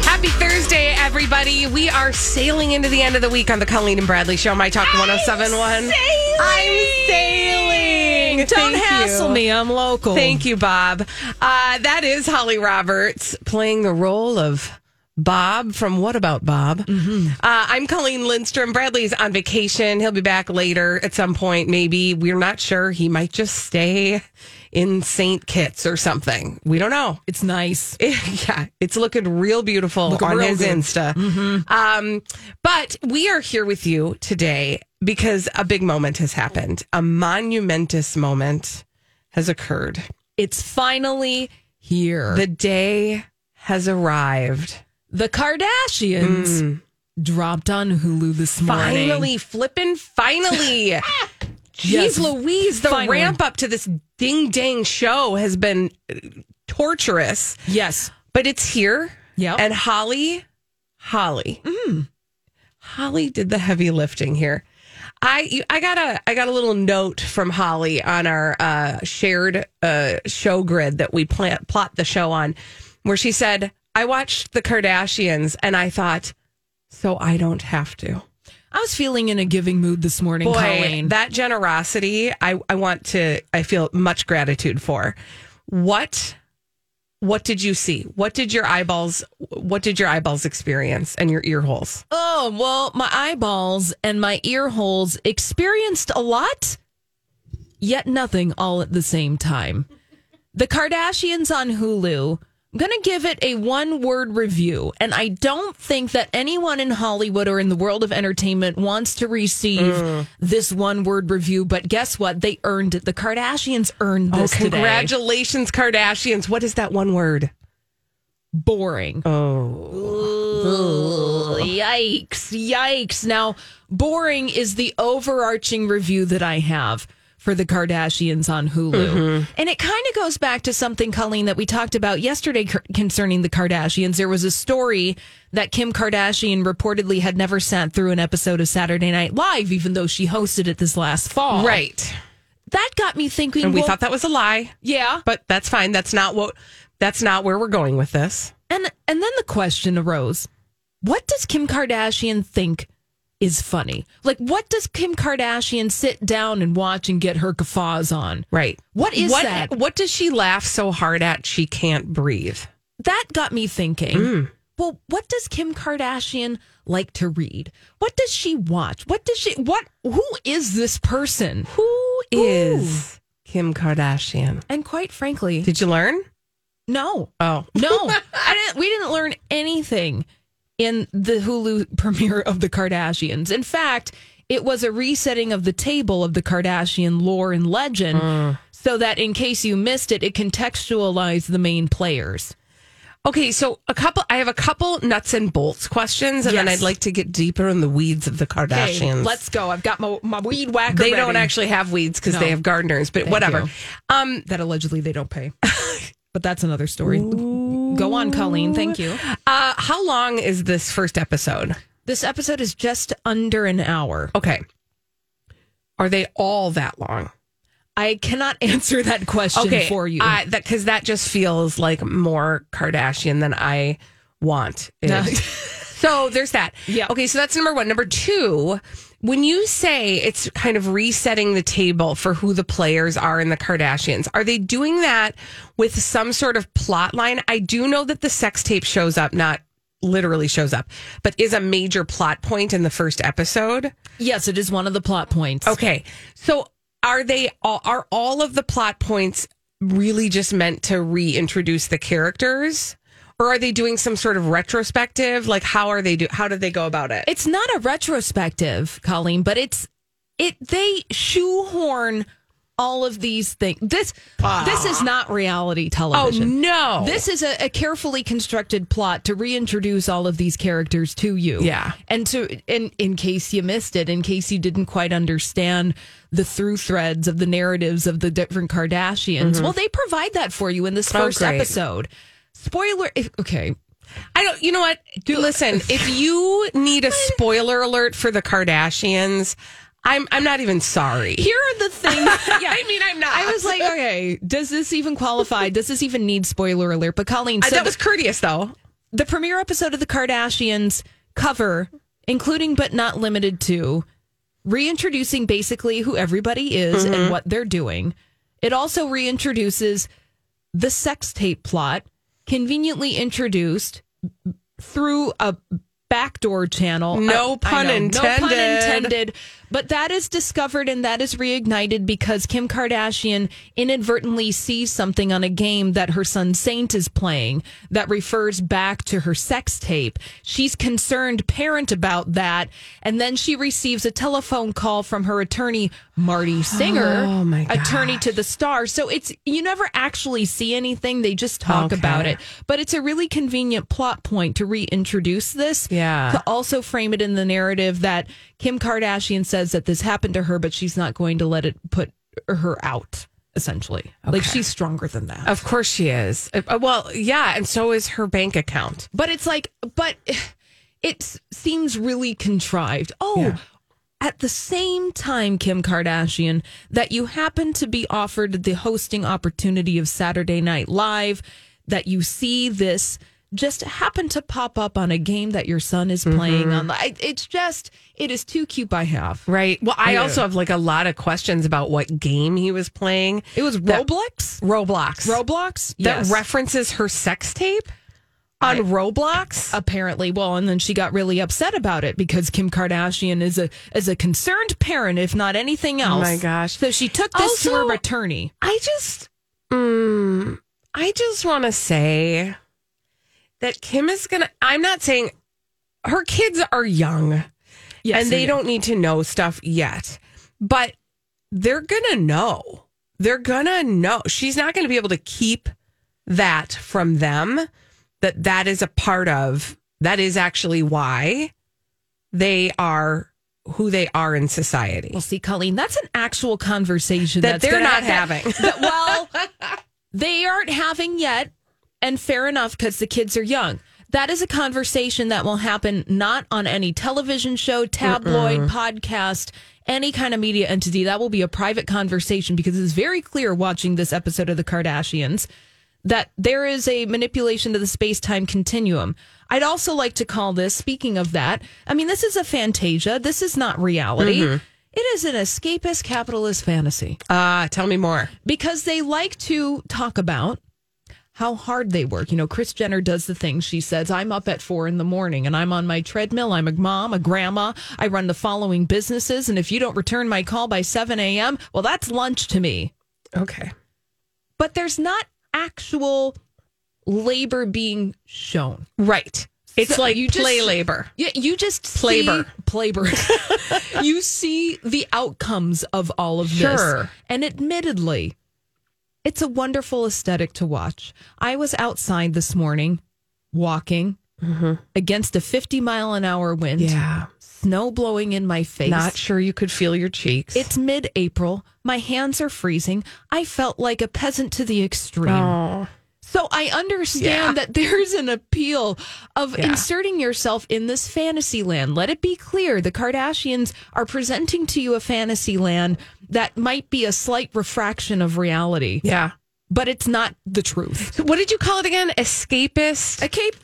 Happy Thursday, everybody. We are sailing into the end of the week on the Colleen and Bradley Show, My Talk 1071. I'm sailing. Don't Thank hassle you. me. I'm local. Thank you, Bob. Uh, that is Holly Roberts playing the role of Bob from What About Bob? Mm-hmm. Uh, I'm Colleen Lindstrom. Bradley's on vacation. He'll be back later at some point, maybe. We're not sure. He might just stay in St. Kitts or something. We don't know. It's nice. yeah, it's looking real beautiful Looking on real his good. Mm-hmm. Insta. Um, but we are here with you today because a big moment has happened. A monumentous moment has occurred. It's finally here. The day has arrived. The Kardashians dropped on Hulu this morning. Mm. Finally, flippin' finally. Jeez Yes, Louise, the finally. ramp up to this ding dang show has been uh, torturous. Yes. but it's here. Yep. And Holly, Holly, Holly did the heavy lifting here. I you- I got a I got a little note from Holly on our uh, shared uh, show grid that we plant, plot the show on, where she said, "I watched the Kardashians and I thought, so I don't have to." I was feeling in a giving mood this morning, Boy, Colleen. that generosity, I, I want to, I feel much gratitude for. What, what did you see? What did your eyeballs, what did your eyeballs experience and your ear holes? oh, well, my eyeballs and my ear holes experienced a lot, yet nothing all at the same time. The Kardashians on Hulu. I'm going to give it a one word review. And I don't think that anyone in Hollywood or in the world of entertainment wants to receive this one word review. But guess what? They earned it. The Kardashians earned this today. Oh, congratulations, Kardashians. What is that one word? Boring. Oh. Yikes. Yikes. Now, boring is the overarching review that I have for the Kardashians on Hulu. Mm-hmm. And it kind of goes back to something, Colleen, that we talked about yesterday c- concerning the Kardashians. There was a story that Kim Kardashian reportedly had never sat through an episode of Saturday Night Live, even though she hosted it this last fall. Right. That got me thinking. And we well, thought that was a lie, yeah. but that's fine. That's not what, that's not where we're going with this. And and then the question arose, what does Kim Kardashian think is funny? Like what does Kim Kardashian sit down and watch and get her guffaws on? Right. What is what, e-, that? What does she laugh so hard at she can't breathe? That got me thinking. Mm. Well, what does Kim Kardashian like to read? What does she watch? What does she what who is this person? Who Is Kim Kardashian. And quite frankly, Did you learn? no. Oh. No, I didn't, we didn't learn anything in the Hulu premiere of The Kardashians. In fact, it was a resetting of the table of the Kardashian lore and legend so that in case you missed it, it contextualized the main players. Okay, so a couple. I have a couple nuts and bolts questions, and then Yes. I'd like to get deeper in the weeds of the Kardashians. Okay, let's go. I've got my, my weed whacker. They don't ready. actually have weeds because No. they have gardeners, but whatever. you. Um, That allegedly they don't pay. But that's another story. Go on, Colleen. Thank you. uh, how long is this first episode? This episode is just under an hour. Okay, are they all that long? I cannot answer that question for you. uh, that because that just feels like more Kardashian than I want. it. No. so there's that. Yeah. Okay. So that's number one. Number two, when you say it's kind of resetting the table for who the players are in the Kardashians, are they doing that with some sort of plot line? I do know that the sex tape shows up not literally shows up, but is a major plot point in the first episode. Yes, it is one of the plot points. Okay. So are they all, are all of the plot points really just meant to reintroduce the characters? Or are they doing some sort of retrospective? Like how are they do how did they go about it? It's not a retrospective, Colleen, but it's it they shoehorn all of these things. This this is not reality television. oh, no. This is a, a carefully constructed plot to reintroduce all of these characters to you. Yeah. And to in in case you missed it, in case you didn't quite understand the through threads of the narratives of the different Kardashians, well, they provide that for you in this Mm-hmm. Oh, first great. episode. Spoiler if, okay. I don't. You know what? Do listen. If you need a spoiler alert for the Kardashians, I'm I'm not even sorry. Here are the things yeah. I mean, I'm not. I was like, okay, does this even qualify? Does this even need spoiler alert? But Colleen, I- so Uh, that was courteous though. the premiere episode of the Kardashians cover, including but not limited to, reintroducing basically who everybody is and Mm-hmm. what they're doing. It also reintroduces the sex tape plot, conveniently introduced through a backdoor channel. No I- I pun know, No pun intended. intended. But that is discovered and that is reignited because Kim Kardashian inadvertently sees something on a game that her son Saint is playing that refers back to her sex tape. She's concerned parent about that. And then she receives a telephone call from her attorney, Marty Singer, Oh, my attorney to the star. So it's, you never actually see anything. They just talk Okay. about it. But it's a really convenient plot point to reintroduce this Yeah. to also frame it in the narrative that Kim Kardashian says that this happened to her, but she's not going to let it put her out. Essentially, like she's stronger than that. Of course she is. Uh, well, yeah, and so is her bank account. But it's like, but it s- seems really contrived. Oh, at the same time, Kim Kardashian, that you happen to be offered the hosting opportunity of Saturday Night Live, that you see this just happen to pop up on a game that your son is playing on. the- I- It's just, it is too cute by half. Right. Well, I also have like a lot of questions about what game he was playing. It was That- Roblox? Roblox. Roblox? that references her sex tape on Roblox. apparently well and then she got really upset about it because kim kardashian is a is a concerned parent if not anything else Oh my gosh. so she took this to her Also- attorney I just, mm, I just want to say that Kim is gonna. I'm not saying her kids are young Yes, and they yeah. don't need to know stuff yet, but they're gonna know. They're gonna know. She's not gonna be able to keep that from them. That that is a part of. That is actually why they are who they are in society. well see colleen that's an actual conversation that that's they're gonna- not that- having. that- well they aren't having yet and fair enough because the kids are young that is a conversation that will happen not on any television show tabloid podcast any kind of media entity that will be a private conversation because it's very clear watching this episode of the kardashians that there is a manipulation of the space time continuum. I'd also like to call this, speaking of that, I mean, this is a fantasia. This is not reality. It is an escapist capitalist fantasy Uh, tell me more. because they like to talk about how hard they work. You know, Chris Jenner does the thing. She says, I'm up at four in the morning and I'm on my treadmill. I'm a mom, a grandma. I run the following businesses. And if you don't return my call by 7 a.m., well, that's lunch to me. Okay. But there's not actual labor being shown. Right. It's So like you just- play labor. Yeah, you just see- Plaber. plaber. you see the outcomes of all of this, Sure. and admittedly, it's a wonderful aesthetic to watch. I was outside this morning, walking against a fifty mile an hour wind, Mm-hmm. Yeah. snow blowing in my face. Not sure you could feel your cheeks. it's mid April. My hands are freezing. I felt like a peasant to the extreme. oh. So I understand that there's an appeal of Yeah. inserting yourself in this fantasy land. Let it be clear the Kardashians are presenting to you a fantasy land that might be a slight refraction of reality, Yeah. but it's not the truth. So what did you call it again? Escapist. Escape,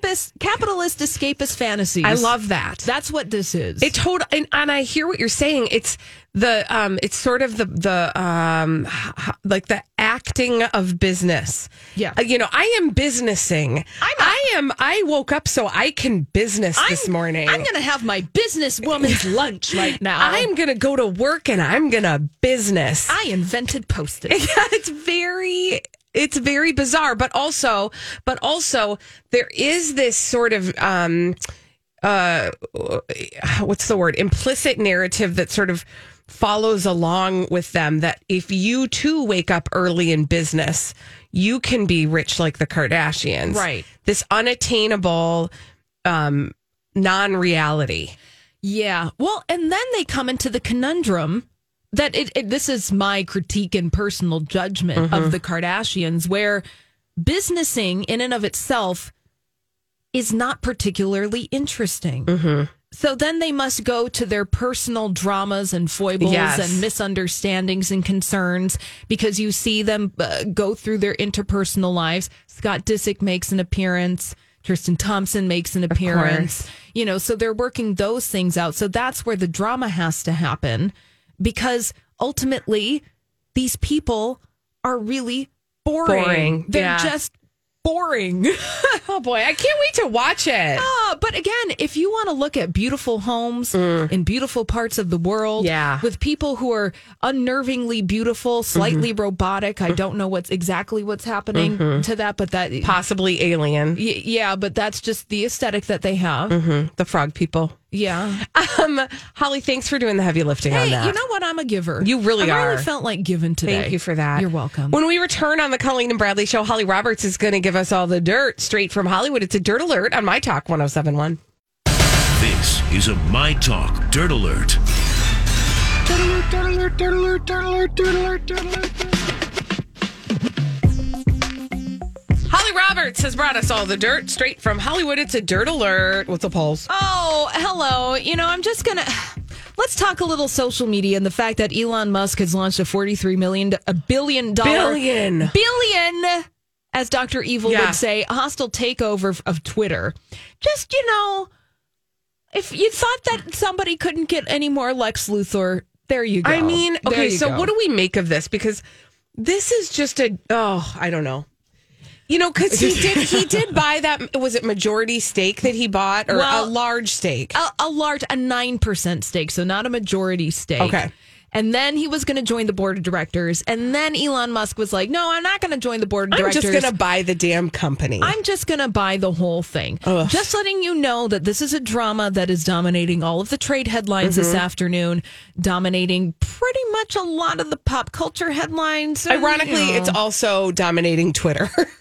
escapist, capitalist escapist fantasies. I love that. That's what this is. It told and, and I hear what you're saying. It's the um it's sort of the the um h- like the acting of business Yeah. Uh, you know i am businessing i'm i am i woke up so i can business this I'm- morning I'm going to have my businesswoman's lunch right now. i'm gonna go to work and i'm gonna business I invented post-it. yeah, it's very it's very bizarre, but also but also there is this sort of um uh what's the word? implicit narrative that sort of follows along with them that if you too wake up early in business, you can be rich like the Kardashians. Right. This unattainable um non-reality. yeah. Well, and then they come into the conundrum that it, it this is my critique and personal judgment of the Kardashians where businessing in and of itself is not particularly interesting. So then they must go to their personal dramas and foibles Yes. and misunderstandings and concerns because you see them uh, go through their interpersonal lives. Scott Disick makes an appearance. Tristan Thompson makes an appearance. You know, so they're working those things out. So that's where the drama has to happen because ultimately these people are really boring. Boring, They're yeah. just boring. Oh boy, I can't wait to watch it. Ah, but again, if you want to look at beautiful homes in beautiful parts of the world, Mm. Yeah. with people who are unnervingly beautiful, slightly Mm-hmm. robotic, I don't know what's exactly what's happening to that, but that, y- Possibly alien, yeah, but that's just the aesthetic that they have. the frog people. Yeah. Um, Holly, thanks for doing the heavy lifting on that. Hey, you know what? I'm a giver. You really I are. really felt like giving today. Thank you for that. You're welcome. When we return on the Colleen and Bradley show, Holly Roberts is going to give us all the dirt straight from Hollywood. It's a dirt alert on My Talk 1071. This is a My Talk Dirt Alert. Holly Roberts has brought us all the dirt straight from Hollywood. It's a dirt alert. What's the pulse? Oh, hello. You know, I'm just gonna let's talk a little social media and the fact that Elon Musk has launched a 43 million a billion dollar Billion. billion as Dr. Evil Yeah. would say, a hostile takeover of Twitter. Just, you know, if you thought that somebody couldn't get any more Lex Luthor, there you go. I mean, There okay, you so go. what do we make of this? Because this is just a oh, I don't know. You know, because he did he did buy that was it majority stake that he bought or a Well, large stake? a, a large a 9% stake so not a majority stake Okay. and then he was going to join the board of directors and then elon musk was like no i'm not going to join the board of I'm directors just gonna buy the damn company. I'm just going to buy the whole thing. Just letting you know that this is a drama that is dominating all of the trade headlines Mm-hmm. this afternoon, dominating pretty much a lot of the pop culture headlines. and, you Ironically, know. it's also dominating Twitter.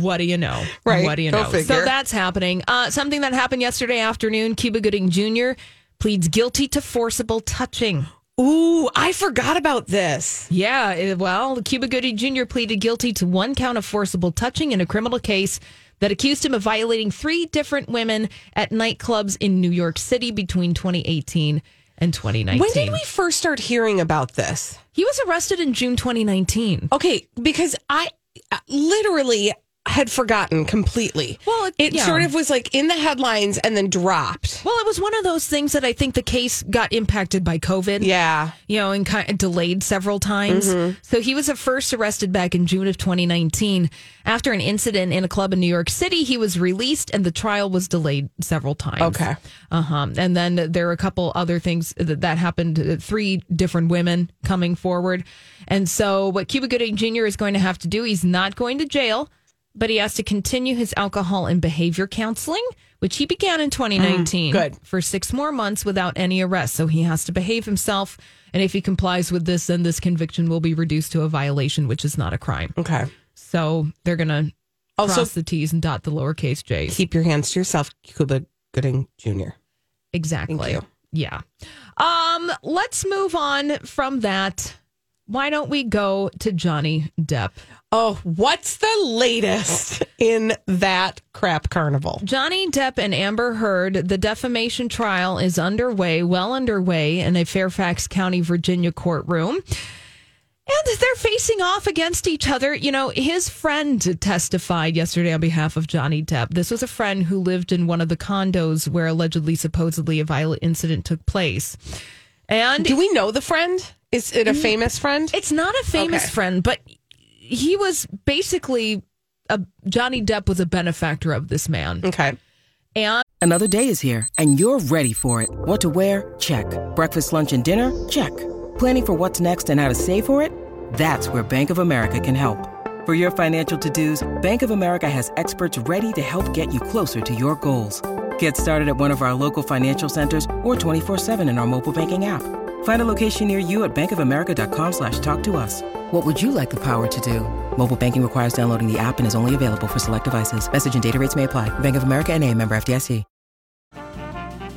What do you know? Right. What do you Go know? figure. So that's happening. Uh, something that happened yesterday afternoon Cuba Gooding Jr. pleads guilty to forcible touching. Ooh, I forgot about this. Yeah, eh, well, Cuba Gooding Jr. pleaded guilty to one count of forcible touching in a criminal case that accused him of violating three different women at nightclubs in New York City between 2018 and 2019. When did we first start hearing about this? He was arrested in June 2019. Okay, because I uh, literally had forgotten completely. Well, it- it yeah. sort of was like in the headlines and then dropped. Well, it was one of those things that I think the case got impacted by COVID. Yeah. you know, and kind of delayed several times. So he was at first arrested back in June of 2019 after an incident in a club in New York City. He was released, and the trial was delayed several times. Okay. uh huh. And then there are a couple other things that, that happened. uh, Three different women coming forward, and so what Cuba Gooding Jr. is going to have to do, he's not going to jail. But he has to continue his alcohol and behavior counseling, which he began in 2019 Mm-hmm. good. for six more months without any arrest. So he has to behave himself. And if he complies with this, then this conviction will be reduced to a violation, which is not a crime. Okay. So they're going to Also- cross the T's and dot the lowercase J's. Keep your hands to yourself, Cuba Gooding Jr. Exactly. Thank you. Yeah. Um, let's move on from that. Why don't we go to Johnny Depp? Oh, what's the latest in that crap carnival? Johnny Depp and Amber Heard, the defamation trial is underway, well underway in a Fairfax County, Virginia courtroom. And they're facing off against each other. You know, his friend testified yesterday on behalf of Johnny Depp. This was a friend who lived in one of the condos where allegedly, supposedly, a violent incident took place. And Do we know the friend? Is Mm. it a famous friend? It's not a famous Okay. friend, but he was basically a Johnny Depp was a benefactor of this man. Okay. And Another day is here, and you're ready for it. What to wear? Check. Breakfast, lunch, and dinner? Check. Planning for what's next and how to save for it? That's where Bank of America can help. For your financial to dos, Bank of America has experts ready to help get you closer to your goals. Get started at one of our local financial centers or 24-7 in our mobile banking app. Find a location near you at bankofamerica.com slash talk to us. What would you like the power to do? Mobile banking requires downloading the app and is only available for select devices. Message and data rates may apply. Bank of America and a member FDIC.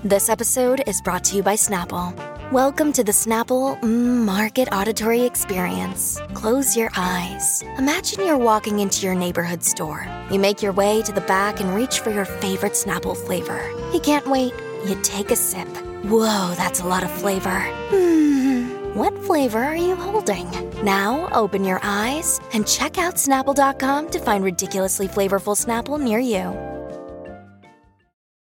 This episode is brought to you by Snapple. Welcome to the Snapple mm, Market Auditory Experience. Close your eyes. Imagine you're walking into your neighborhood store. You make your way to the back and reach for your favorite Snapple flavor. You can't wait. You take a sip. Whoa, that's a lot of flavor. Hmm. What flavor are you holding? Now open your eyes and check out Snapple.com to find ridiculously flavorful Snapple near you.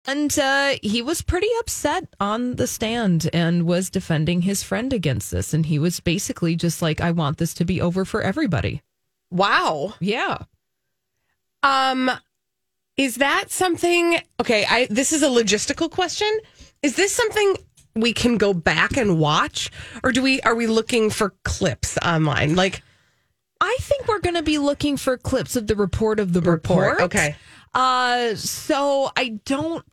and uh, he was pretty upset on the stand and was defending his friend against this. And he was basically just like, I want this to be over for everybody. Wow. Yeah. Um, is that something? Okay, I this is a logistical question. Is this something we can go back and watch, or do we are we looking for clips online? Like, I think we're going to be looking for clips of the report of the Report, report. okay. Uh, so I don't,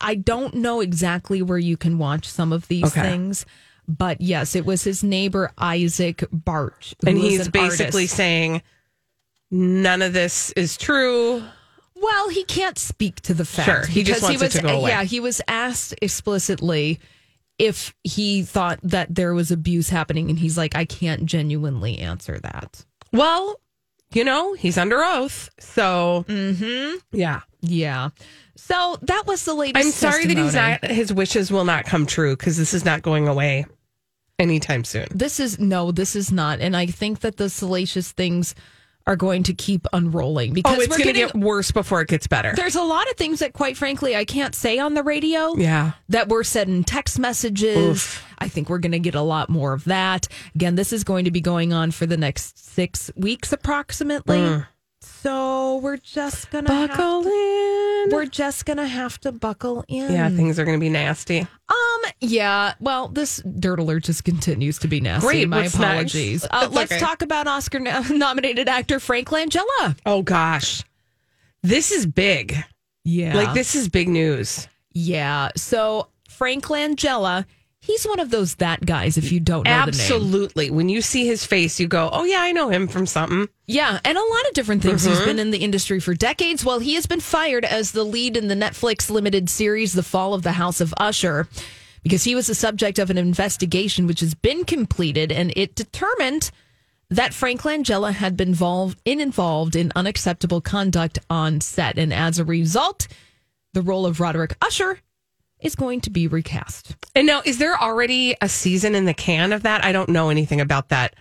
I don't know exactly where you can watch some of these Okay. things, but yes, it was his neighbor Isaac Bart, who and is he's an basically artist. saying none of this is true. well, he can't speak to the fact. Sure, he just because wants it was, to go away. Yeah, he was asked explicitly if he thought that there was abuse happening, and he's like, I can't genuinely answer that. Well, you know, he's under oath, so yeah. Yeah. So that was the latest. I'm sorry that he's testimony. not. His wishes will not come true because this is not going away anytime soon. This is no, this is not. And I think that the salacious things are going to keep unrolling because Oh, it's we're going to getting get worse before it gets better. there's a lot of things that quite frankly I can't say on the radio Yeah. that were said in text messages. Oof. I think we're going to get a lot more of that. Again, this is going to be going on for the next 6 weeks approximately. So we're just going to Mm. Buckle in. We're just going to have to buckle in. Yeah, things are going to be nasty. Um. Yeah. Well, this dirt alert just continues to be nasty. Great, My what's apologies. next? Uh, That's let's okay. talk about Oscar-nominated actor Frank Langella. Oh gosh, this is big. Yeah. Like this is big news. Yeah. So Frank Langella, he's one of those that guys. If you don't know the name. Absolutely. When you see his face, you go, "Oh yeah, I know him from something." Yeah, and a lot of different things. He's been in the industry for decades. Well, he has been fired as the lead in the Netflix limited series, The Fall of the House of Usher, because he was the subject of an investigation which has been completed and it determined that Frank Langella had been involved in, involved in unacceptable conduct on set. And as a result, the role of Roderick Usher is going to be recast. And now, is there already a season in the can of that? I don't know anything about that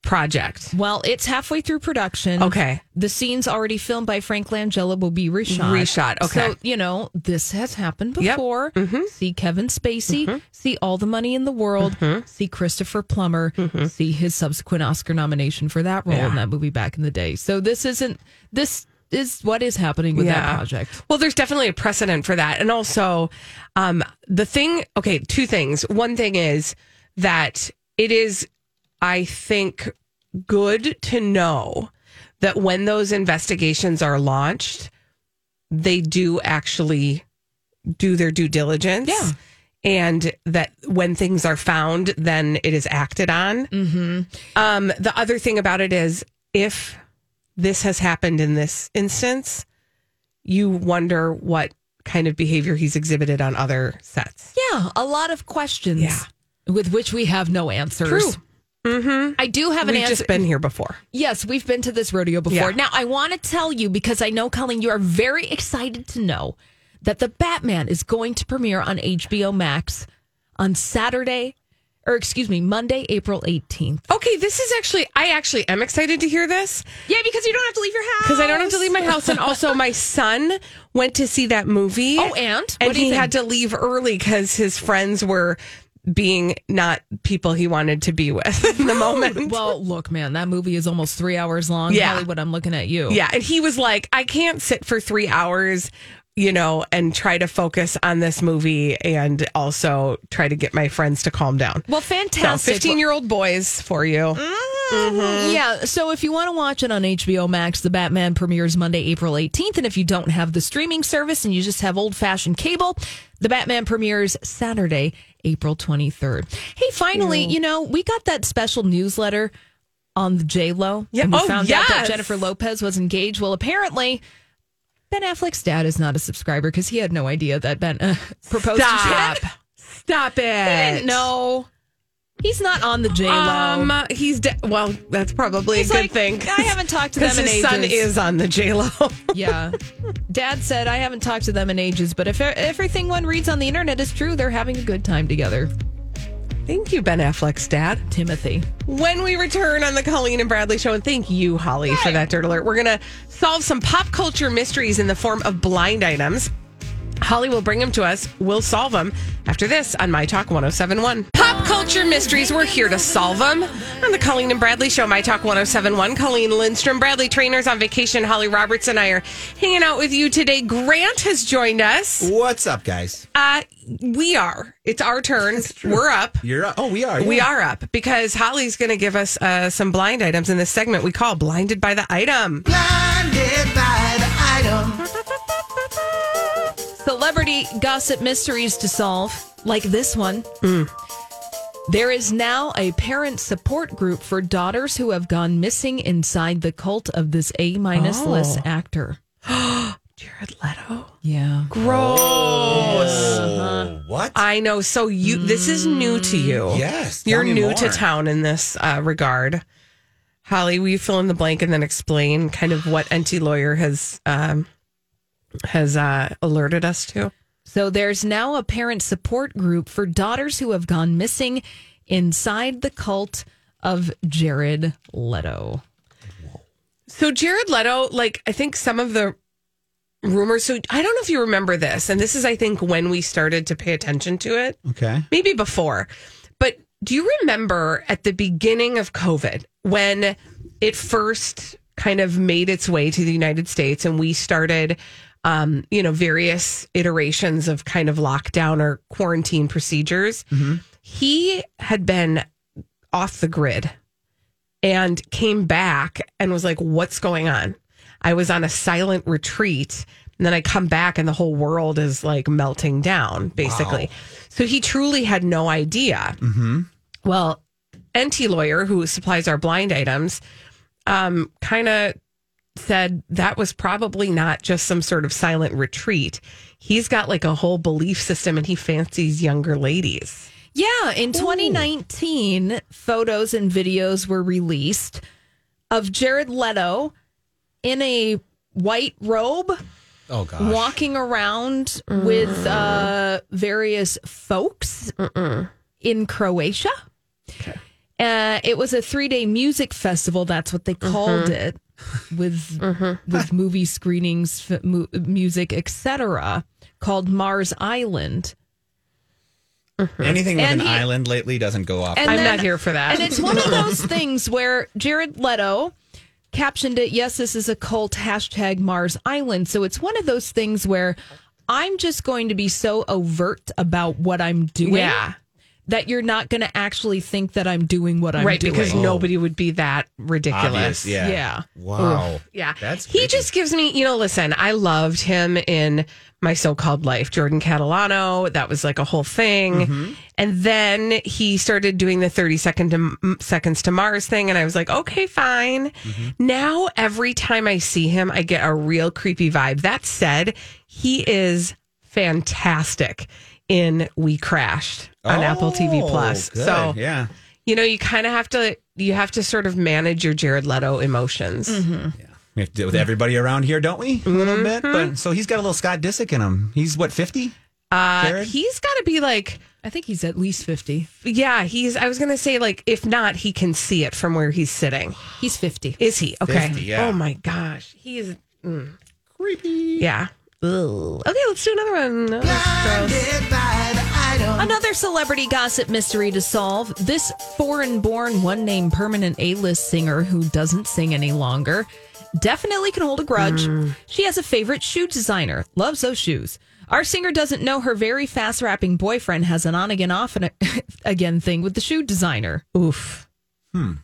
project. Well, it's halfway through production. Okay. The scenes already filmed by Frank Langella will be reshot. Reshot, okay. So, you know, this has happened Yep. Mm-hmm. before. See Kevin Spacey, see All the Money in the World, Mm-hmm. see Christopher Plummer, see his subsequent Oscar nomination for that role in that movie back in the day. So this isn't this is what is happening with that project. Well, there's definitely a precedent for that. And also, um, the thing, okay, two things. One thing is that it is, I think, good to know that when those investigations are launched, they do actually do their due diligence. Yeah. And that when things are found, then it is acted on. Um, the other thing about it is if this has happened in this instance, you wonder what kind of behavior he's exhibited on other sets. Yeah, a lot of questions Yeah. with which we have no answers. Mm-hmm. I do have an We've answer. just been here before. Yes, we've been to this rodeo before. Yeah. Now, I want to tell you because I know, Colleen, you are very excited to know that The Batman is going to premiere on HBO Max on Saturday, or excuse me, Monday, April 18th. Okay, this is actually, I actually am excited to hear this Yeah, because you don't have to leave your house. because I don't have to leave my house. And also, my son went to see that movie. Oh, and? What And do you he think? had to leave early because his friends were being not people he wanted to be with in the moment. Oh, Well, look, man, that movie is almost three hours long. Yeah. Hollywood, I'm looking at you. Yeah, and he was like, I can't sit for three hours, you know, and try to focus on this movie and also try to get my friends to calm down. Well, So, fantastic. Mm-hmm. fifteen-year-old boys for you. Mm-hmm. Yeah. So if you want to watch it on HBO Max, the Batman premieres Monday, April 18th. And if you don't have the streaming service and you just have old fashioned cable, the Batman premieres Saturday, April 23rd. Hey, finally, you know, we got that special newsletter on the J Lo. Yeah. And we Oh, found out that yes. Jennifer Lopez was engaged. Well, apparently. Ben Affleck's dad is not a subscriber because he had no idea that Ben uh, proposed to Jen. Stop it! He didn't know. He's not on the J Lo. Um, he's de- well. That's probably He's a good like, thing. "I haven't talked to 'Cause them in His son ages." is on the J Lo. Yeah. Dad said, I haven't talked to them in ages, but if e-, everything one reads on the internet is true, they're having a good time together. Thank you, Ben Affleck's dad. Timothy. When we return on the Colleen and Bradley show, and thank you, Holly, for that dirt alert, we're going to solve some pop culture mysteries in the form of blind items. Holly will bring them to us. We'll solve them after this on My Talk 1071. Pop culture mysteries, we're here to solve them on the Colleen and Bradley show, My Talk 1071. Colleen Lindstrom, Bradley Trainers on vacation. Holly Roberts and I are hanging out with you today. Grant has joined us. What's up, guys? Uh, we are. It's our turn. We're up. You're up. Oh, we are. We yeah. are up because Holly's going to give us uh, some blind items in this segment we call Blinded by the Item. blinded by the item. Celebrity gossip mysteries to solve, like this one. There is now a parent support group for daughters who have gone missing inside the cult of this A minus list actor. Jared Leto. Yeah. Gross. Oh, what? Uh-huh. I know. So you, this is new to you. Yes, tell You're me new to more. town in this uh, regard. Holly, will you fill in the blank and then explain kind of what NT lawyer has um, has uh, alerted us to? So there's now a parent support group for daughters who have gone missing inside the cult of Jared Leto. So Jared Leto, like I think some of the rumors. So I don't know if you remember this, and this is I think when we started to pay attention to it. okay. maybe before, but do you remember at the beginning of COVID when it first kind of made its way to the United States and we started, um, you know, various iterations of kind of lockdown or quarantine procedures? He had been off the grid and came back and was like, What's going on? I was on a silent retreat. And then I come back and the whole world is like melting down, basically. So he truly had no idea. Mm-hmm. Well, NT Lawyer, who supplies our blind items, um, kind of said that was probably not just some sort of silent retreat. He's got like a whole belief system and he fancies younger ladies. Yeah, in 2019, photos and videos were released of Jared Leto in a white robe Oh, gosh. walking around with uh, various folks in Croatia. Uh, it was a three day music festival. That's what they called it, with with movie screenings, f- mu- music, etc. Called Mars Island. Anything with And an he- island lately doesn't go off. And I'm then- not here for that. And it's one of those things where Jared Leto captioned it, yes, this is a cult, hashtag Mars Island. So it's one of those things where I'm just going to be so overt about what I'm doing yeah. that you're not going to actually think that I'm doing what I'm right, doing. because nobody would be that ridiculous. Obvious, yeah. Yeah. Wow. Yeah. That's he creepy. just gives me, you know, listen, I loved him in my so called life, Jordan Catalano. That was like a whole thing. Mm-hmm. And then he started doing the 30 second to, m- seconds to Mars thing. And I was like, okay, fine. Mm-hmm. Now, every time I see him, I get a real creepy vibe. That said, he is fantastic in We Crashed on Apple TV Oh, Plus. good, So, yeah. you know, you kind of have to. You have to sort of manage your Jared Leto emotions. We have to deal with everybody around here, don't we? A little bit. Mm-hmm. But so he's got a little Scott Disick in him. He's what, 50? Uh, Jared? He's got to be like I think he's at least 50. Yeah, he's. I was gonna say like, if not, he can see it from where he's sitting. He's 50. Is he okay? 50, yeah. Oh my gosh, he is mm. creepy. Yeah. Ugh. Okay, let's do another one. Oh, that's gross. Blinded by the Another celebrity gossip mystery to solve. This foreign born, one name permanent A list singer who doesn't sing any longer definitely can hold a grudge. She has a favorite shoe designer, loves those shoes. Our singer doesn't know her very fast rapping boyfriend has an on again, off and again thing with the shoe designer. Oof. Hmm.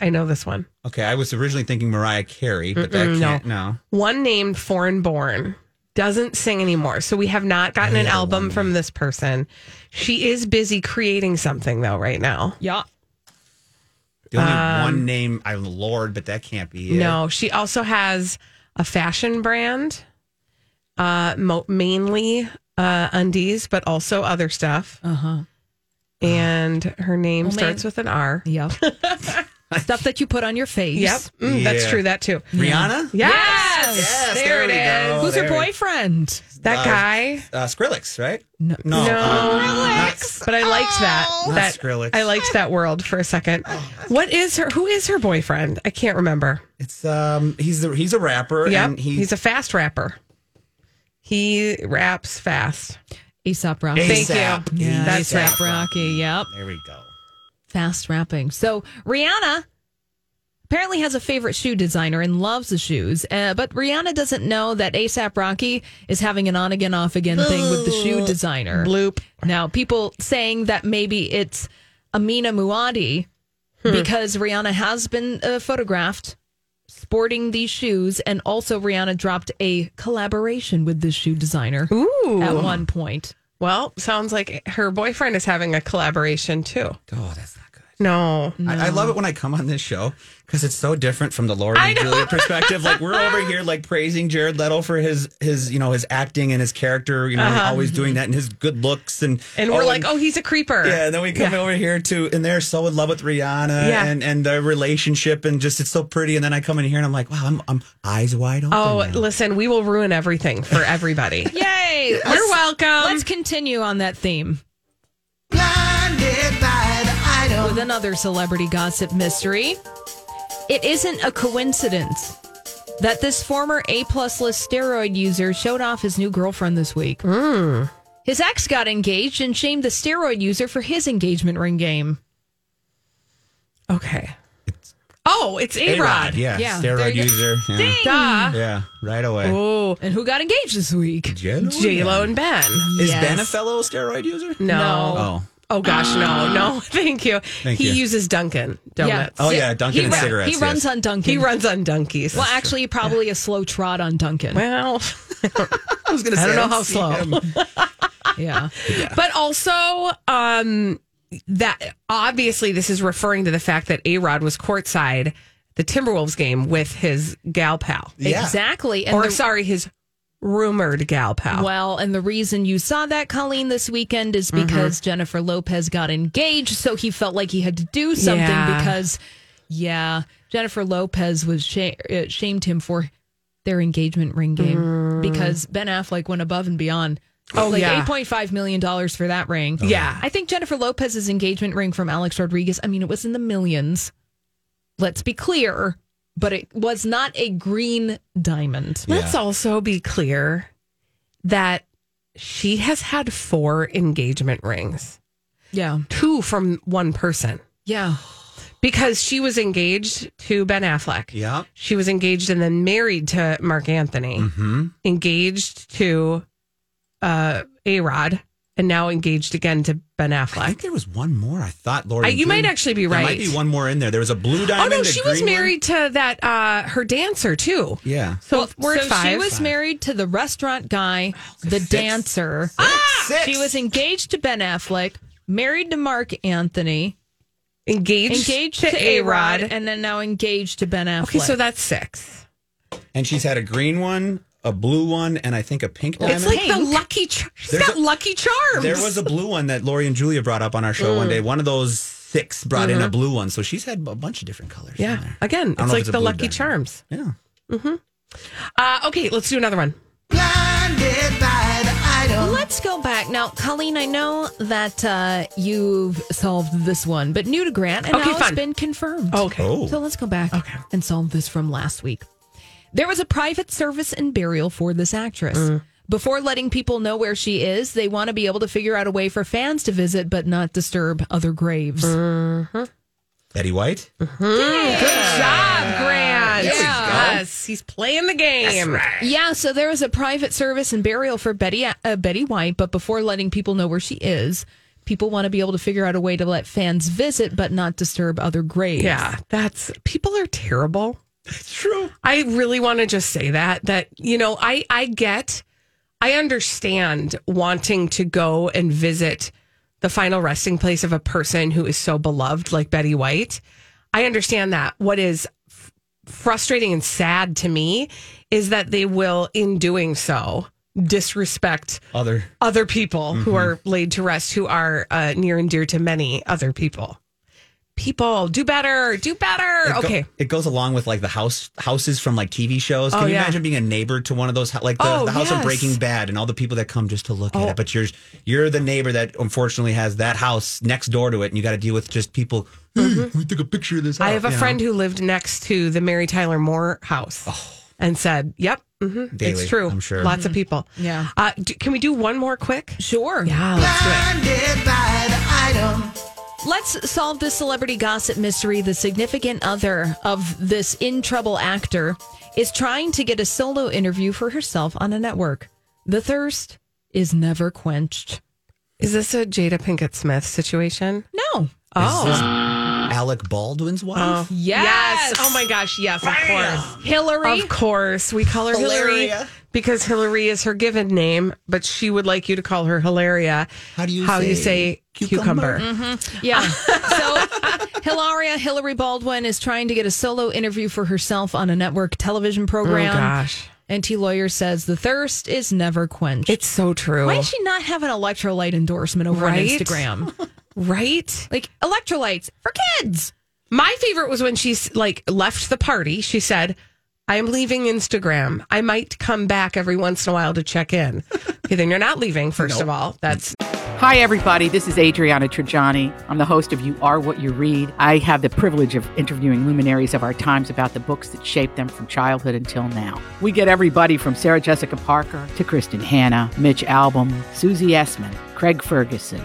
I know this one. Okay, I was originally thinking Mariah Carey, but that can't. No. One named Foreign Born doesn't sing anymore. So we have not gotten an album from this person. She is busy creating something though right now. Yeah. The only one name I'm Lord, but that can't be it. Um, No, she also has a fashion brand, uh, mo- mainly uh, undies, but also other stuff. Uh-huh. Uh huh. And her name Well, starts man. with an R. Yep. Stuff that you put on your face. Yep, Mm, that's Yeah. true. That too. Rihanna? Yes, Yes, Oh, there, there we it is. go. Who's her there we- boyfriend? That Uh, guy. Uh, Skrillex, right? No. No. Oh. No, uh, but I liked that. Not that Skrillex. I liked that world for a second. Oh, What is her? Who is her boyfriend? I can't remember. It's um he's the he's a rapper Yep, and he- he's a fast rapper. He raps fast. Aesop Rocky. Thank A$AP. you. Yeah, That's A$AP right. Rocky. Yep. there we go. Fast rapping. So Rihanna apparently has a favorite shoe designer and loves the shoes, uh, but Rihanna doesn't know that ASAP Rocky is having an on again, off again thing with the shoe designer. Bloop. Now, people saying that maybe it's Amina Muadi because Rihanna has been uh, photographed sporting these shoes, and also Rihanna dropped a collaboration with this shoe designer Ooh. at one point. Well, sounds like her boyfriend is having a collaboration too. Oh, that's not good. No. I, I love it when I come on this show because it's so different from the Lord I and know. Julia perspective. Like we're over here like praising Jared Leto for his his you know his acting and his character, you know, always doing that and his good looks and Uh-huh. Mm-hmm. And we're like, oh, he's a creeper. Yeah, and then we come over here to, and they're so in love with Rihanna Yeah. and and their relationship, and just it's so pretty. And then I come in here and I'm like, wow, I'm, I'm eyes wide open. Oh, now. listen, we will ruin everything for everybody. Yay! You're You're welcome. Let's continue on that theme. With another celebrity gossip mystery. It isn't a coincidence that this former A plus list steroid user showed off his new girlfriend this week. Hmm. His ex got engaged and shamed the steroid user for his engagement ring game. okay. Oh, it's A Rod. yeah, Yeah, there steroid you go. user, yeah. Duh. yeah, right away. Oh, And who got engaged this week? J-Lo, J Lo and Ben. is Yes. Ben a fellow steroid user? No. Oh, Ah. Oh gosh, no, no, thank you. he you. uses Dunkin' Donuts. Oh, yeah, Dunkin' he and run- cigarettes, He runs yes. on Duncan. He runs on Dunkies. Well, actually, probably a slow trot on Duncan. Well, I was gonna. I Say, don't know don't how see slow. him. Yeah. but also um, that obviously this is referring to the fact that A Rod was courtside at the Timberwolves game with his gal pal, Yeah. Exactly. And or the- sorry, his rumored gal pal. Well, and the reason you saw that, Colleen, this weekend is Mm-hmm. because Jennifer Lopez got engaged. So he felt like he had to do something Yeah. because, yeah, Jennifer Lopez was sha- uh, shamed him for their engagement ring game because Ben Affleck went above and beyond. Mm. Oh, like yeah. $8.5 million for that ring. Yeah. I think Jennifer Lopez's engagement ring from Alex Rodriguez, I mean, it was in the millions. Let's be clear, but it was not a green diamond. Let's also be clear that she has had four engagement rings, Yeah. two from one person. Yeah. Because she was engaged to Ben Affleck. Yeah. She was engaged and then married to Mark Anthony. Mm-hmm. Engaged to uh, A Rod, and now engaged again to Ben I think Affleck. there was one more. I thought Lord. Uh, and you might Julia- actually be There right. might be one more in there. There was a blue Oh diamond. no, a she was green one. married to that uh, her dancer too. Yeah. So we're at so five. she was married to the restaurant guy, the six. dancer. Six. She was engaged to Ben Affleck, married to Mark Anthony, engaged, engaged to A Rod, and then now engaged to Ben Affleck. okay, so that's six. and she's had a green one, a blue one, and I think a pink diamond. It's like the Pink. lucky. Char- she's There's got a- lucky charms. There was a blue one that Lori and Julia brought up on our show Mm. one day. One of those six brought in a blue one, so she's had a bunch of different colors. in Mm-hmm. yeah. there. I Again, don't it's know if like a the blue lucky diamond. charms. Yeah. Uh, okay, let's do another one. Let's go back now, Colleen. I know that uh, you've solved this one, but new to Grant, and Okay, now it's fun. been confirmed. Okay. So Oh, let's go back Okay. Mm. and solve this from last week. There was a private service and burial for this actress. Before letting people know where she is, they want to be able to figure out a way for fans to visit but not disturb other graves. Mm. Eddie White? Job, Grant. There we go. Yes, he's playing the game. Yeah, so there was a private service and burial for Betty uh, Betty White, but before letting people know where she is, people want to be able to figure out a way to let fans visit but not disturb other graves. Yeah, that's people are terrible. It's true. I really want to just say that that you know I I get I understand wanting to go and visit the final resting place of a person who is so beloved like Betty White. I understand that. What is f- frustrating and sad to me is that they will in doing so disrespect Other. other people who Mm-hmm. are laid to rest who are uh, near and dear to many other people. People, do better, do better. It go- okay. it goes along with like the house houses from like TV shows. Can Oh, you yeah. imagine being a neighbor to one of those hou- like the, Oh, the house yes. Oh. on Breaking Bad and all the people that come just to look at it? But you're you're the neighbor that unfortunately has that house next door to it, and you got to deal with just people. "Hey, We took a picture of this. Mm-hmm. I house," have a you know? friend who lived next to the Mary Tyler Moore house and said, Yep, hmm Oh. Daily, it's true. I'm sure. Lots of people. Yeah. Uh, do, can we do one more quick? Sure. Yeah, let's do it. Let's solve this celebrity gossip mystery. The significant other of this in trouble actor is trying to get a solo interview for herself on a network. The thirst is never quenched. Is this a Jada Pinkett Smith situation? No. Oh, Alec Baldwin's wife. Uh, Yes. Oh my gosh. Yes, of course. Hillary. Of course. We call her Hillary Hilaria. because Hillary is her given name, but she would like you to call her Hilaria. How do you How you say say cucumber? cucumber? Mm-hmm. Yeah. So Hilaria Hillary Baldwin is trying to get a solo interview for herself on a network television program. Oh gosh. NT lawyer says the thirst is never quenched. It's so true. Why does she not have an electrolyte endorsement over on Right? Instagram? right? like electrolytes for kids. My favorite was when she like left the party. She said, "I'm leaving Instagram. I might come back every once in a while to check in." okay, then you're not leaving. First of all, that's Hi, everybody. This is Adriana Trajani. I'm the host of You Are What You Read. I have the privilege of interviewing luminaries of our times about the books that shaped them from childhood until now. We get everybody from Sarah Jessica Parker to Kristen Hanna, Mitch Albom, Susie Essman, Craig Ferguson,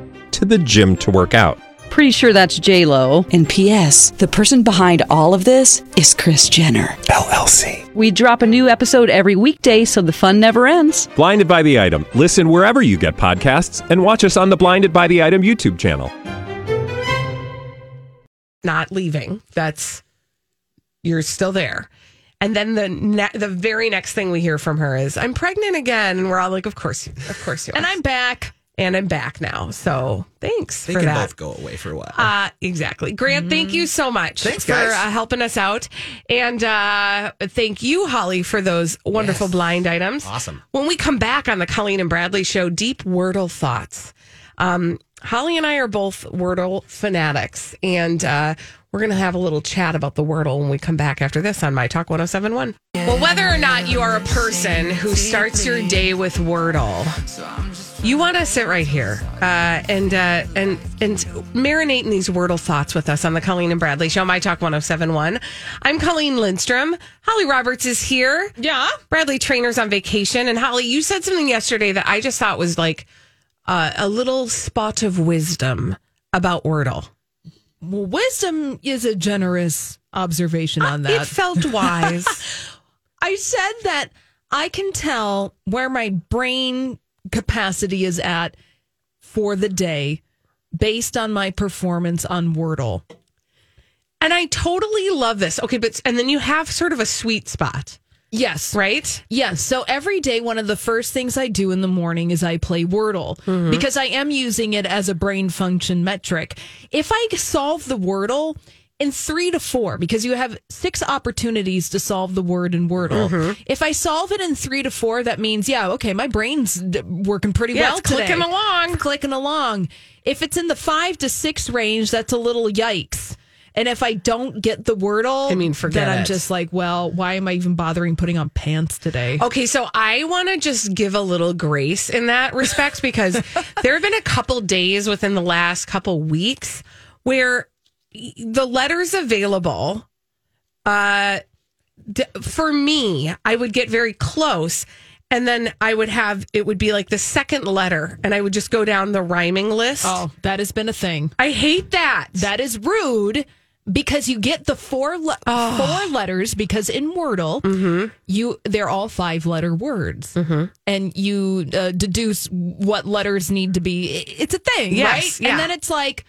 to the gym to work out. Pretty sure that's J Lo. And P.S. The person behind all of this is Chris Jenner LLC. We drop a new episode every weekday, so the fun never ends. Blinded by the item. Listen wherever you get podcasts, and watch us on the Blinded by the Item YouTube channel. not leaving. That's you're still there. And then the ne- the very next thing we hear from her is, "I'm pregnant again," and we're all like, "Of course, you- of course you are." And I'm back. and I'm back now. So thanks They for can that. both go away for a while. Uh, exactly. Grant, thank you so much Thanks, for guys. uh, helping us out. And uh, thank you, Holly, for those wonderful blind items. Awesome. When we come back on the Colleen and Bradley show, deep Wordle thoughts. Um, Holly and I are both Wordle fanatics, and uh, we're going to have a little chat about the Wordle when we come back after this on My Talk 1071. Well, whether or not you are a person who starts your day with Wordle, you want to sit right here uh, and uh, and and marinate in these Wordle thoughts with us on the Colleen and Bradley Show, My Talk 1071. I'm Colleen Lindstrom. Holly Roberts is here. Yeah. Bradley Trainer's on vacation. And Holly, you said something yesterday that I just thought was like uh, a little spot of wisdom about Wordle. Well, wisdom is a generous observation on that. It felt wise. I said that I can tell where my brain capacity is at for the day based on my performance on Wordle. and I totally love this. Okay, but and then you have sort of a sweet spot, Yes. right? Yes. So every day, one of the first things I do in the morning is I play Wordle Mm-hmm. because I am using it as a brain function metric. If I solve the Wordle and three to four because you have six opportunities to solve the word in Wordle. Mhm. If I solve it in three to four, that means yeah, okay, my brain's d- working pretty Yeah, well. it's clicking today. along. It's clicking along. If it's in the five to six range, that's a little yikes. And if I don't get the Wordle, I mean, forget then I'm it. just like, well, why am I even bothering putting on pants today? Okay, so I want to just give a little grace in that respect because there have been a couple days within the last couple weeks where the letters available uh d- for me, I would get very close and then I would have it would be like the second letter and I would just go down the rhyming list. Oh, that has been a thing. I hate that. That is rude because you get the four le- Ah. four letters because in Wordle Mm-hmm. you they're all five letter words and you uh, deduce what letters need to be. I- It's a thing, Yes, right? yeah. And then it's like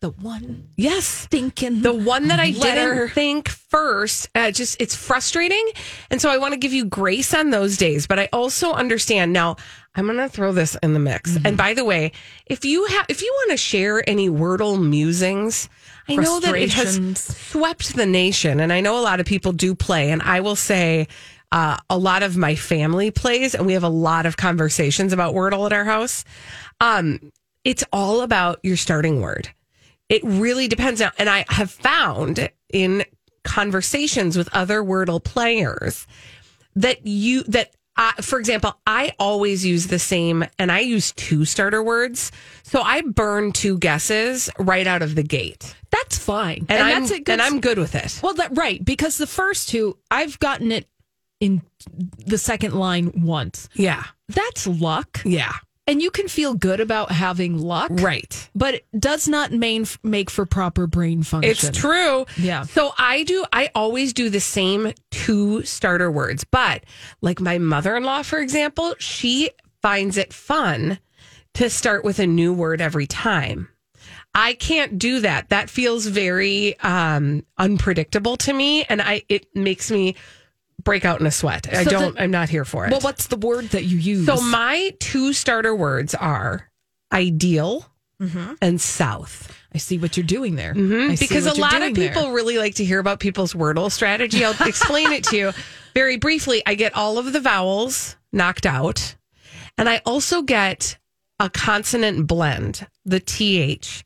the one Yes. thinking the one that I letter. didn't think first. Uh, just it's frustrating, and so I want to give you grace on those days. But I also understand now. I'm going to throw this in the mix. And by the way, if you have, if you want to share any Wordle musings, I know that it has Frustrations. swept the nation, and I know a lot of people do play. And I will say. Uh, a lot of my family plays, and we have a lot of conversations about Wordle at our house. Um, it's all about your starting word it really depends now and i have found in conversations with other wordle players that you that I, for example i always use the same and i use two starter words so i burn two guesses right out of the gate That's fine, and, i'm that's a and i'm good with it Well, that right because the first two I've gotten it in the second line once. yeah That's luck, yeah and you can feel good about having luck, right but it does not main, make for proper brain function. It's true. Yeah. So I do, I always do the same two starter words, but like my mother in law, for example, she finds it fun to start with a new word every time. I can't do that. That feels very um, unpredictable to me. And I, it makes me break out in a sweat. I So don't, the- I'm not here for it. Well, what's the word that you use? so my two starter words are ideal and south. I see what you're doing there. Mhm, Mm-hmm. I see because a what you're lot of doing there. people really like to hear about people's wordle strategy. I'll explain it to you very briefly. I get all of the vowels knocked out, and I also get a consonant blend, the th,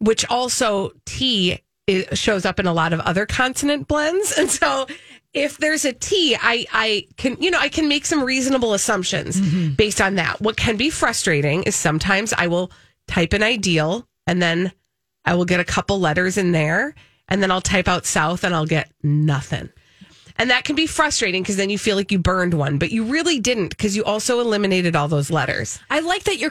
which also t is, shows up in a lot of other consonant blends, and so. If there's a T, I, I can you know I can make some reasonable assumptions Mm-hmm. based on that. What can be frustrating is sometimes I will type an ideal and then I will get a couple letters in there and then I'll type out south and I'll get nothing. And that can be frustrating because then you feel like you burned one, but you really didn't because you also eliminated all those letters. I like that you're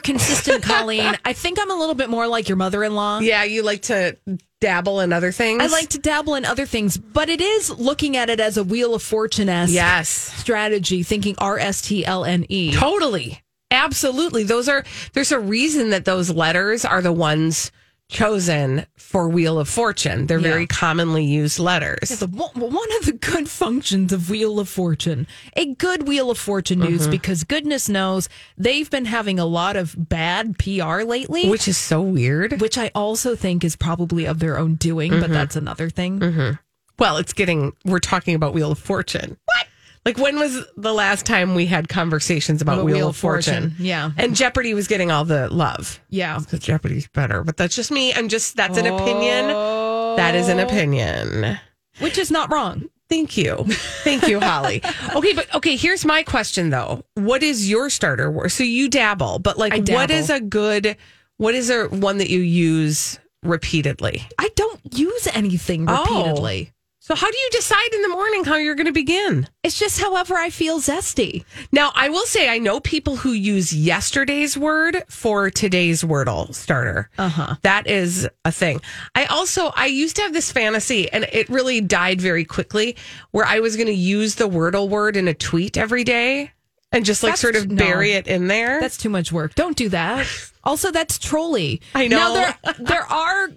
consistent, Colleen. I think I'm a little bit more like your mother-in-law. Yeah, you like to dabble in other things. I like to dabble in other things, but it is looking at it as a wheel of fortune esque Yes. strategy, thinking R S T L N E. Totally. Absolutely. Those are, there's a reason that those letters are the ones chosen for Wheel of Fortune. They're very commonly used letters. The one one of the good functions of Wheel of Fortune, a good Wheel of Fortune news, Mm-hmm. because goodness knows they've been having a lot of bad PR lately, Which is so weird. which I also think is probably of their own doing, Mm-hmm. but that's another thing. Well, it's getting, we're talking about Wheel of Fortune. What? Like, when was the last time we had conversations about, Wheel, of Fortune? Yeah. And Jeopardy was getting all the love. Yeah. Because Jeopardy's better, but that's just me. I'm just, that's an opinion. Oh. That is an opinion. Which is not wrong. Thank you. Thank you, Holly. okay, but okay, here's my question though. What is your starter word? So you dabble, but like, I what dabble. is a good, what is a one that you use repeatedly? I don't use anything Oh. repeatedly. So, how do you decide in the morning how you're going to begin? It's just however I feel zesty. Now, I will say I know people who use yesterday's word for today's Wordle starter. Uh-huh. That is a thing. I also I used to have this fantasy and it really died very quickly where I was going to use the Wordle word in a tweet every day and just like That's- sort of no. bury it in there. That's too much work. Don't do that. Also, that's trolly. I know. Now, there, there are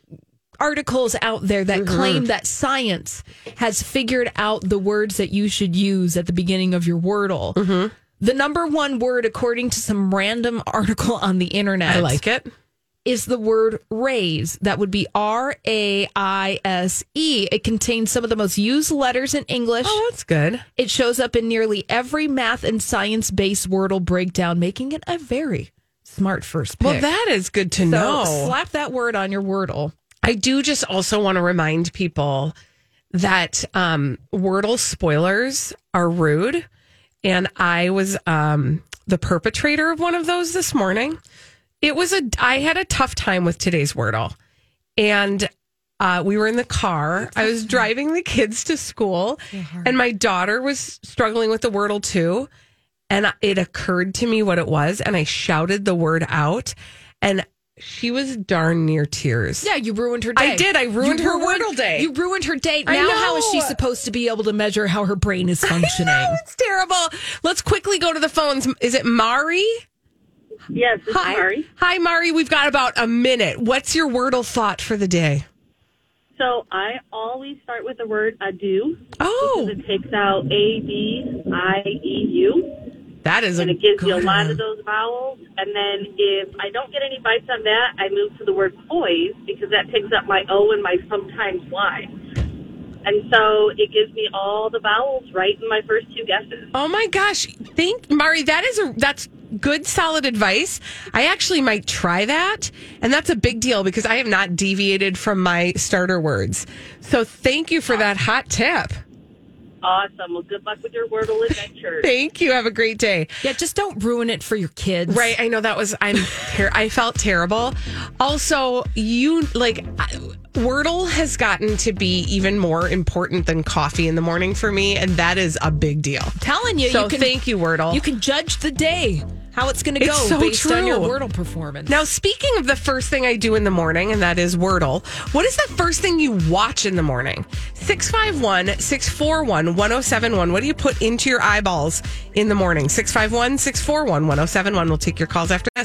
articles out there that Mm-hmm. claim that science has figured out the words that you should use at the beginning of your Wordle. Mm-hmm. The number one word, according to some random article on the internet, I like it. is the word raise. That would be R A I S E. It contains some of the most used letters in English. Oh, that's good. It shows up in nearly every math and science based wordle breakdown, making it a very smart first pick. Well, that is good to So know. Slap that word on your wordle. I do just also want to remind people that um, Wordle spoilers are rude. And I was um, the perpetrator of one of those this morning. It was a, I had a tough time with today's Wordle. And uh, we were in the car. I was driving the kids to school, and my daughter was struggling with the Wordle too. And it occurred to me what it was, and I shouted the word out, and she was darn near tears. Yeah, you ruined her I did. I ruined You her Wordle day. You ruined her day. I Now, how is she know. supposed to be able to measure how her brain is functioning? It's terrible. Let's quickly go to the phones. Is it Mari? Yes, this Hi, is Mari. Hi, Mari. We've got about a minute. What's your Wordle thought for the day? So I always start with the word adieu. Oh. Because it takes out A, B, I, E, U. That is And a it gives you a good lot one. of those vowels. And then if I don't get any bites on that, I move to the word poise because that picks up my O and my sometimes Y. And so it gives me all the vowels right in my first two guesses. Oh my gosh. Thank Mari, that is a that's good solid advice. I actually might try that. And that's a big deal because I have not deviated from my starter words. So thank you for that hot tip. Awesome. Well, good luck with your Wordle adventure. Thank you. Have a great day. Yeah, just don't ruin it for your kids. Right. I know that was I'm ter- I felt terrible. Also, you like I- Wordle has gotten to be even more important than coffee in the morning for me and that is a big deal. telling you, So you can, thank you Wordle. You can judge the day how it's going to go It's so based on your true. Wordle performance. Now, speaking of the first thing I do in the morning, and that is Wordle, what is the first thing you watch in the morning? 651 641 1071. What do you put into your eyeballs in the morning? 651 641 1071. We'll take your calls after this.